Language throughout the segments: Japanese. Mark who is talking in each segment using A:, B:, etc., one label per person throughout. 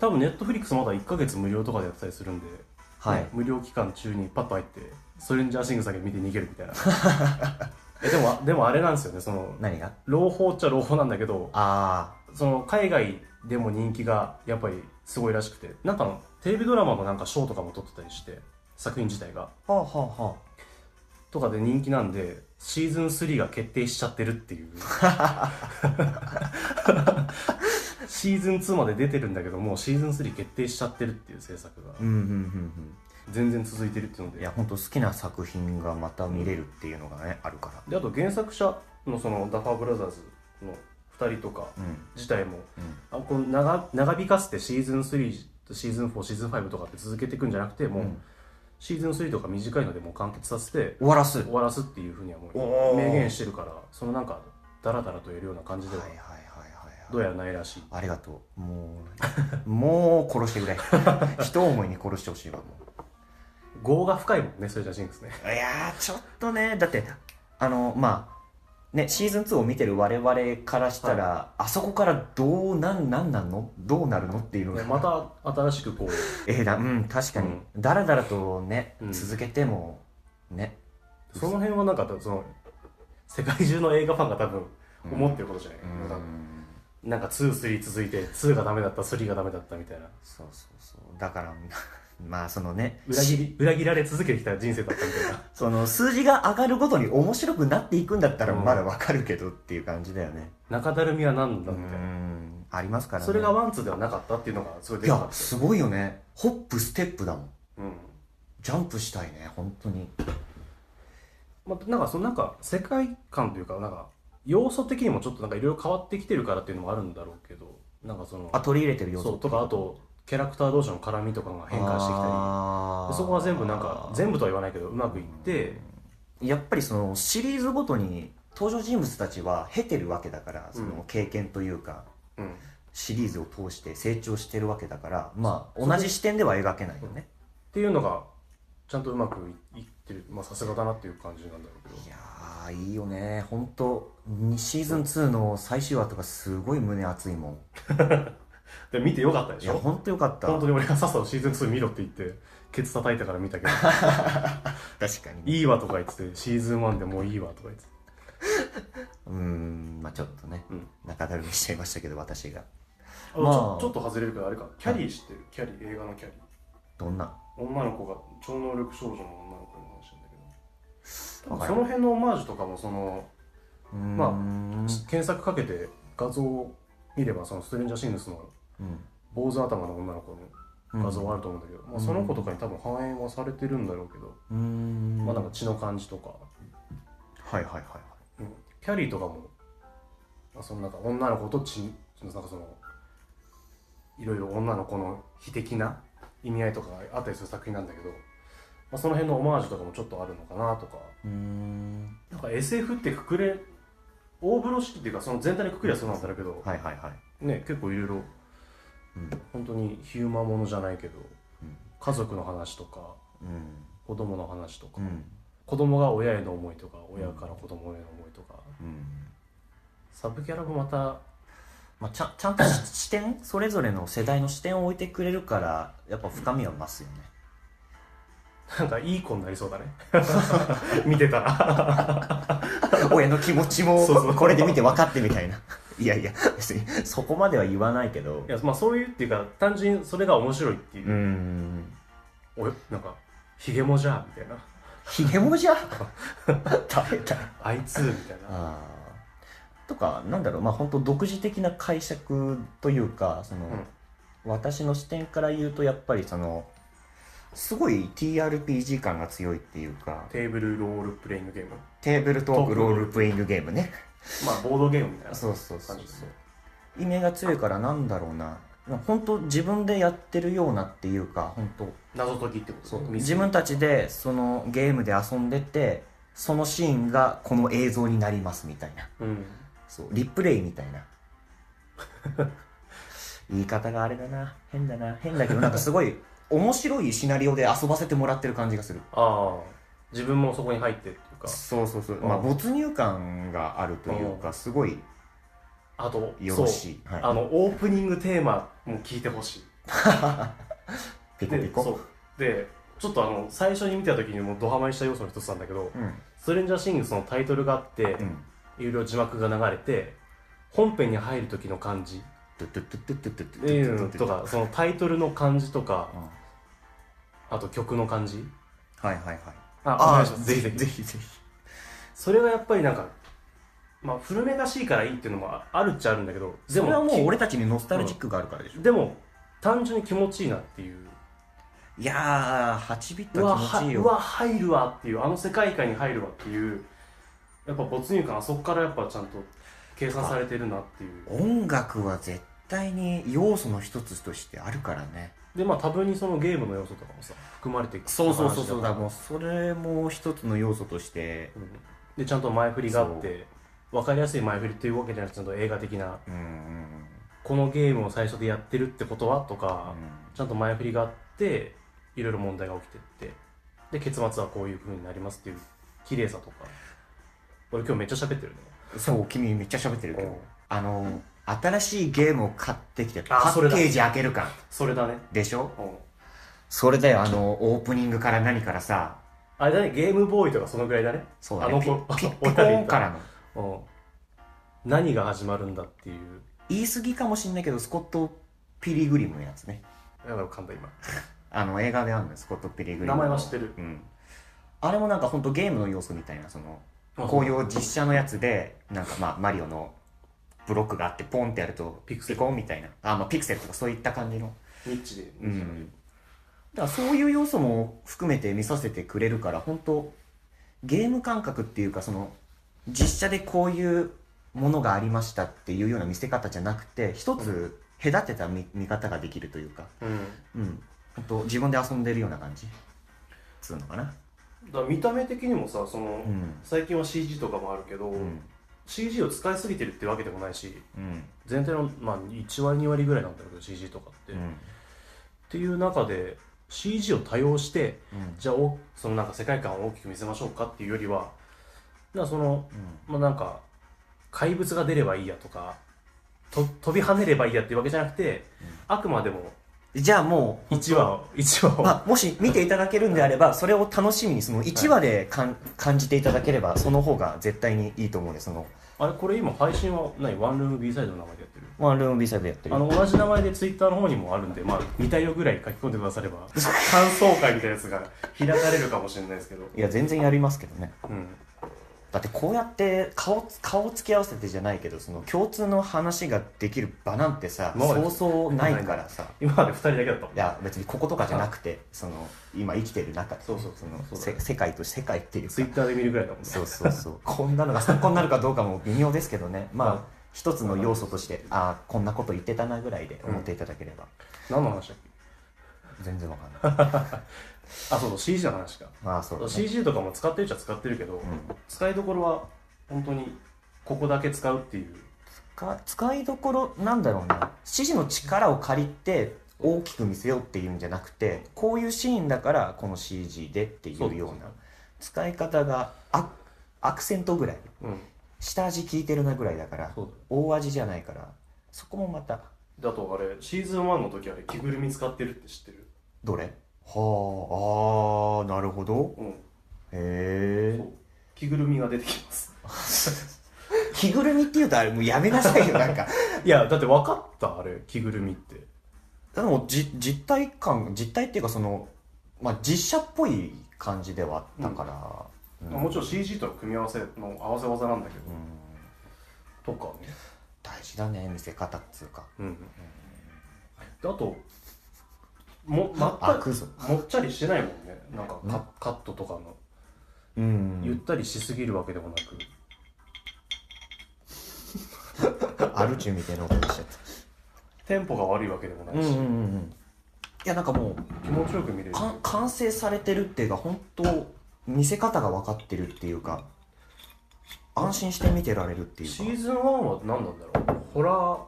A: 多分ネットフリックスまだ1ヶ月無料とかでやってたりするんで、
B: はい
A: ね無料期間中にパッと入ってストレンジャーシングスだけ見て逃げるみたい なえでもでもあれなんですよねその
B: 何が
A: 朗報っちゃ朗報なんだけど
B: あ
A: その海外でも人気がやっぱりすごいらしくてなんかのテレビドラマのなんか賞とかも取ってたりして作品自体が
B: あはあはあは
A: とかで人気なんでシーズン3が決定しちゃってるって いう シーズン2まで出てるんだけどもうシーズン3決定しちゃってるっていう制作が
B: うんうんうん
A: 全然続いてるっていうの
B: う
A: で
B: んいや本当好きな作品がまた見れるっていうのがねあるから
A: であと原作者のそのダファーブラザーズの2人とか
B: うん
A: 自体も
B: うん
A: あこの長長引かせてシーズン3とシーズン4シーズン5とかって続けていくんじゃなくてもう、
B: うん
A: シーズン3とか短いのでもう完結させて
B: 終わらす
A: 終わらすっていうふうにはも
B: お
A: う
B: ー
A: 明言してるからそのなんかダラダラとやるような感じでは
B: はいはいはい
A: ど
B: は
A: うや
B: い
A: らないらしい
B: ありがとうもうもう殺してく れ一思いに殺してほしいわも
A: 業が深いもんねそれじゃシンクスね
B: ういやーちょっとねだってあのまあね、シーズン2を見てる我々からしたら、あそこからどうなんなんなんのどうなるのっていうのが
A: また新しくこう
B: ええだうん確かに、
A: うん
B: だらだらとね、
A: うん
B: 続けてもね
A: その辺はなんかその世界中の映画ファンが多分思ってることじゃない、
B: うん
A: 多分なんか23続いて2がダメだった3がダメだったみたいな
B: そうそうそうだから まあそのね
A: 裏切り裏切られ続けてきた人生だったみたいな
B: その数字が上がるごとに面白くなっていくんだったら
A: うん
B: まだわかるけどっていう感じだよね
A: 中だるみは何だ
B: う
A: みたいな、
B: んありますからね
A: それがワンツーではなかったっていうのがすごい
B: い
A: でかか
B: や
A: った
B: すごいよねホップステップだもん
A: うん
B: ジャンプしたいね本当に
A: まあ、なんかそのなんか世界観というかなんか要素的にもちょっとなんかいろいろ変わってきてるからっていうのもあるんだろうけどなんかその
B: あ取り入れてる要素
A: そうとかあとキャラクター同士の絡みとかが変化してきたりで
B: り
A: そこは全部なんか全部とは言わないけどうまくいって
B: やっぱりそのシリーズごとに登場人物たちは経てるわけだからその経験というか、
A: うん
B: シリーズを通して成長してるわけだからまあ同じ視点では描けないよね
A: っていうのがちゃんとうまくいいってるまあさすがだなっていう感じなんだろうけど
B: いやーいいよね本当にシーズン2の最終話とかすごい胸熱いもん
A: で見てよかったで
B: い
A: し
B: や
A: ょ
B: 本当よかった
A: 本当に俺がさっさとシーズン2見ろって言ってケツ叩いたから見たけ ど
B: 確かに
A: いいわとか言っててシーズン1でもういいわとか言ってて
B: うーんまあちょっとね、
A: うん
B: 中だるみしちゃいましたけど私が
A: あの
B: まあ
A: ちょちょっと外れるけどあれかキャリー知ってるキャリー映画のキャリー
B: どんな
A: 女の子が超能力少女の女の子の話なんだけど多
B: わか
A: 分
B: る
A: その辺のオマージュとかもその
B: うーん
A: まあ
B: うん
A: 検索かけて画像を見ればそのストレンジャーシングスの坊主頭の女の子の画像はあると思うんだけど、まあ、その子とかに多分反映はされてるんだろうけど、
B: うーん
A: まあなんか血の感じとか、
B: はいはいはいはい
A: うんキャリーとかも、まあ、そのなんか女の子と血そのなんかそのいろいろ女の子の非的な意味合いとかがあったりする作品なんだけど、まあ、その辺のオマージュとかもちょっとあるのかなとか
B: うーん
A: なんか SF ってくくれ大風呂敷っていうかその全体のくくりはそうなんだろうけど、
B: はいはいはい
A: ね結構いろいろ
B: うん
A: 本当にヒューマンものじゃないけど
B: うん
A: 家族の話とか
B: うん
A: 子供の話とか、
B: うん
A: 子供が親への思いとか親から子供への思いとか
B: うん
A: サブキャラもまた
B: まあ、ちゃんちゃんとし視点それぞれの世代の視点を置いてくれるからやっぱ深みは 増すよね
A: なんかいい子になりそうだね 見てたら
B: 親の気持ちも
A: そうそう
B: これで見て分かってみたいないやいや別にそこまでは言わないけど
A: いやまあそういうっていうか単純にそれが面白いっていう
B: ー、ん
A: およなんかヒゲもじゃみたいな
B: ひげもじゃ 食べた
A: あいつみたいな
B: あーとかなんだろうまあ本当独自的な解釈というかその、
A: うん
B: 私の視点から言うとやっぱりそのすごい TRPG 感が強いっていうか
A: テーブルロールプレイングゲーム
B: テーブルトー
A: トー
B: ク
A: ク
B: ロールプレイングゲームね
A: まあボードゲームみたいな
B: そうそうそう
A: 感じですね
B: 意味が強いからなんだろうな本当自分でやってるようなっていうか本当
A: 謎解きってことね
B: 自分たちでそのゲームで遊んでてそのシーンがこの映像になりますみたいな
A: うん
B: そうリプレイみた いな言い方があれだな変だな変だけどなんかすごい面白いシナリオで遊ばせてもらってる感じがする
A: ああ自分もそこに入ってっていうか
B: そうそうそうまあ
A: うん
B: 没入感があるというかすごい
A: あと
B: よろしい
A: そう
B: はい
A: あのオープニングテーマも聞いてほしい
B: ピコ
A: で
B: ピコ
A: そうでちょっとあの最初に見た時にもうドハマりした要素の一つなんだけど
B: うん
A: 「ストレンジャー・シングス」のタイトルがあって
B: うん
A: 有料字幕が流れて本編に入る時の感じ
B: トゥトゥトゥトゥトゥトゥト
A: っ
B: ゥトゥ
A: ていうの
B: トゥ
A: とかそのタイトルの感じとか
B: うん
A: あと曲の感じ
B: はいはいはい
A: あお願いしますぜひぜひ
B: ぜひぜひ
A: それがやっぱりなんかまあ古めかしいからいいっていうのもああるっちゃあるんだけどで
B: それは
A: も
B: もう俺たちにノスタルジックがあるからでしょ
A: きでも単純に気持ちいいなっていう
B: いやー8ビッ
A: う
B: ト
A: わ
B: は気持
A: は
B: ちいいうよ
A: わ入るわっていうあの世界観に入るわっていうやっぱ没入感あそこからやっぱちゃんと計算されてるなっていう
B: 音楽は絶対に要素の一つとしてあるからね
A: でまあ多分にそのゲームの要素とかもさ含まれていく
B: だから
A: 話
B: もうそれも一つの要素として
A: うんでちゃんと前振りがあって分かりやすい前振りっていうわけじゃなくてちゃんと映画的な
B: うんうん
A: このゲームを最初でやってるってことはと
B: うん
A: か、ちゃんと前振りがあっていろいろ問題が起きてってで結末はこういう風になりますっていう綺麗さとか俺今日めっちゃ喋ってるね
B: うんそう君めっちゃ喋ってるけ
A: うん
B: どあの新しいゲームを買ってきてパ
A: あそれ
B: ッ
A: だ
B: ケージ開ける感
A: それだね
B: でしょ
A: うん
B: それだよあのオープニングから何からさ
A: あれだねゲームボーイとかそのぐらいだね
B: そうだ
A: あの
B: ねピ
A: 子
B: ッ ピッ
A: 俺
B: ピ
A: らで
B: コー
A: 言っ
B: ン
A: た
B: からの
A: うん何が始まるんだっていう
B: 言い過ぎかもしんないけどスコット・ピリグリムのやつね
A: やばい噛んだ今
B: あの映画であるのよスコット・ピリグリム
A: 名
B: の
A: 前は知ってる
B: うんあれもなんかほんとゲームの要素みたいなそのこういう実写のやつでなんかまあマリオのブロックがあってポンってやると
A: ピクセル
B: コンみたいなあ、まあ、ピクセルとかそういった感じの
A: ニッチで、
B: うんだからそういう要素も含めて見させてくれるから本当ゲーム感覚っていうかその実写でこういうものがありましたっていうような見せ方じゃなくて一つ隔てた見見方ができるというか
A: うん
B: うん本当自分で遊んでるような感じつうのかな
A: だから見た目的にもさその、
B: うん
A: 最近は CG とかもあるけど、
B: うん
A: CG を使いすぎてるってわけでもないし
B: うん
A: 全体の、まあ、1割2割ぐらいなんだろうけど CG とかって、
B: う
A: っ
B: ん
A: ていう中で CG を多用して
B: うん
A: じゃあおそのなんか世界観を大きく見せましょうかっていうよりはだからそのまあなんか怪物が出ればいいやとかと飛び跳ねればいいやっていうわけじゃなくて、あくまでも
B: うんじゃあもう
A: 1話を1話を、
B: まあ、もし見ていただけるんであればそれを楽しみにその1話でかん感じていただければその方が絶対にいいと思うんでその
A: あれこれ今配信は何ワンルーム B サイドの名前でやってる
B: ワンルーム B サイドやってる
A: あの同じ名前でツイッターの方にもあるんで、まあ、似たよぐらい書き込んでくだされば感想会みたいなやつが開かれるかもしれないですけど、
B: いや全然やりますけどね
A: うん、
B: だってこうやって顔顔つき合わせてじゃないけどその共通の話ができる場なんてさ
A: 今まで
B: そうそうないからさ
A: 今まで2人だけだったもん
B: いや別にこことかじゃなくてその今生きてる中で
A: そうそう
B: その
A: そうだ
B: せ世界と世界っていうか
A: ツイッターで見るぐらいだもんね
B: そうそうそうこんなのが参考になるかどうかも微妙ですけどね
A: まあ
B: まあ一つの要素としてああこんなこと言ってたなぐらいで
A: うん
B: 思っていただければ、
A: 何の話だっけ
B: 全然わかんない
A: あそうそう CG の話か
B: まあそうだね
A: CG とかも使ってるっちゃ使ってるけど、
B: ん
A: 使いどころは本当にここだけ使うっていう
B: か使いどころなんだろうな指示の力を借りて大きく見せようっていうんじゃなくてこういうシーンだからこの CG でってい
A: そう
B: うような使い方がアアクセントぐらい
A: うん
B: 下味効いてるなぐらいだから
A: そう
B: 大味じゃないからそこもまた
A: だだとあれシーズン1の時あれ着ぐるみ使ってるって知ってる
B: どれはああーなるほど
A: うん
B: へ
A: そ
B: え
A: う着ぐるみが出てきます
B: 着ぐるみっていうとあれもうやめなさいよなんか
A: いやだって分かったあれ着ぐるみって
B: でもじ実体感実体っていうかそのまあ実写っぽい感じではあったから、うん
A: もちろん CG との組み合わせの合わせ技なんだけど、
B: うん
A: とかね、
B: 大事だね見せ方っつうか
A: うん、であとも
B: あ
A: 全
B: くぞ
A: くもっちゃりしてないもんねなんかカ,、
B: ね
A: カットとかの
B: う
A: ゆっ
B: ん
A: たりしすぎるわけでもなく、
B: アルチュみたいなことしちゃっ
A: テンポが悪いわけでもな
B: た
A: いし、
B: うんいやなんかも
A: 気持ちよく見れる
B: うかん完成されてるっていうか本当見せ方が分かってるっていうか安心して見てられるっていう
A: シ
B: か
A: ーズン1は何なんだろうホラー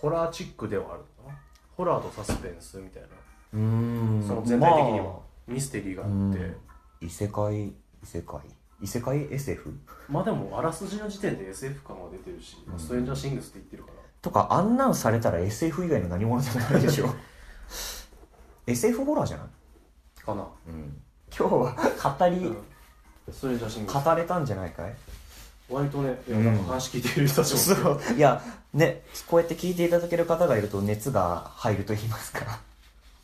A: ホラーチックではあるのかなホラーとサスペンスみたいな
B: うーん
A: その全体的には
B: ま
A: ミステリーがあ
B: あ
A: っ
B: う
A: て、
B: ん異世界異世界異世界 SF?
A: まあでもあらすじの時点で SF 感は出てるし、
B: うん
A: ストレンジャーシングスって言ってるから
B: とかあんなんされたら SF 以外の何者じゃないでしょ SF ホラーじゃない、
A: かな、
B: うん、今日は語り、
A: うん、ストレンジャーシングス
B: 語れたんじゃないかい
A: 割とねいやなんか話聞いてる人たちも
B: そういやねこうやって聞いていただける方がいると熱が入ると言いますか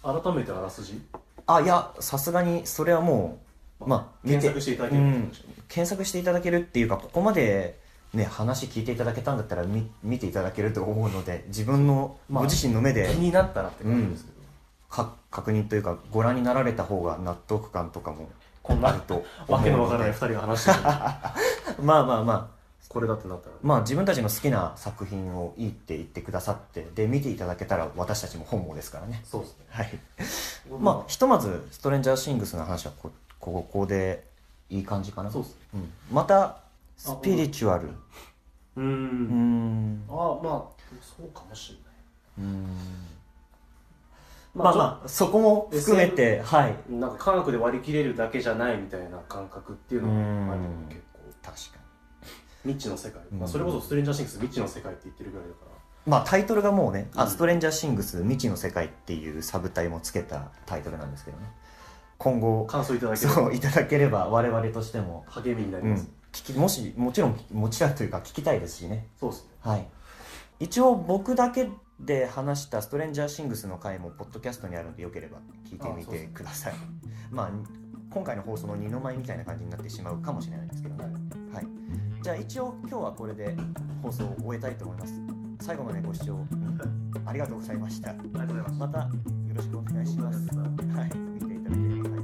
A: 改めてあらすじ
B: あいやさすがにそれはもうまあ見て
A: 検索していただける
B: う
A: と
B: ん、検索していただけるっていうかここまでね話聞いていただけたんだったら見見ていただけると思うので自分の
A: ま
B: ご
A: あ
B: 自身の目で
A: 気になったらって感じですけど、
B: か確認というかご覧になられた方が納得感とかも
A: こんな
B: あると
A: わけのわからない2人が話してる
B: まあまあまあ
A: これだってなったら、
B: まあ自分たちの好きな作品をいいって言ってくださってで見ていただけたら私たちも本望ですからね
A: そうですね
B: はいまあひとまず「ストレンジャーシングス」の話はこここでいい感じかな
A: そうですね
B: うんまたスピリチュアル
A: う
B: うんーん
A: ああまあそうかもしれない
B: まあまあそこも含めてはい
A: あなんか科学で割り切れるだけじゃないみたいな感覚っていうのもあるよね
B: うん
A: 結構
B: 確かに
A: 未知の世界、
B: うん
A: まあ、それこそストレンジャーシングス未知の世界って言ってるぐらいだから
B: まあタイトルがもうね「あ
A: うん
B: ストレンジャーシングス未知の世界」っていうサブタイもつけたタイトルなんですけどね今後
A: 感想いただけれ
B: そ
A: ば
B: ういただければ我々としても、
A: 励みになり
B: うん
A: ます、、
B: 聞きもしもちろんもちろんというか聞きたいですしね
A: そうですね
B: はい、一応僕だけで話した「ストレンジャーシングス」の回もポッドキャストにあるんでよければ聞いてみ
A: あそうで
B: て
A: すね
B: くださいまあ今回の放送の二の舞みたいな感じになってしまうかもしれないんですけどね、はい、じゃあ一応今日はこれで放送を終えたいと思います最後までご視聴ありがとうございました
A: ありがとうございま
B: またよろしくお願いします
A: す
B: はい見ていただければはい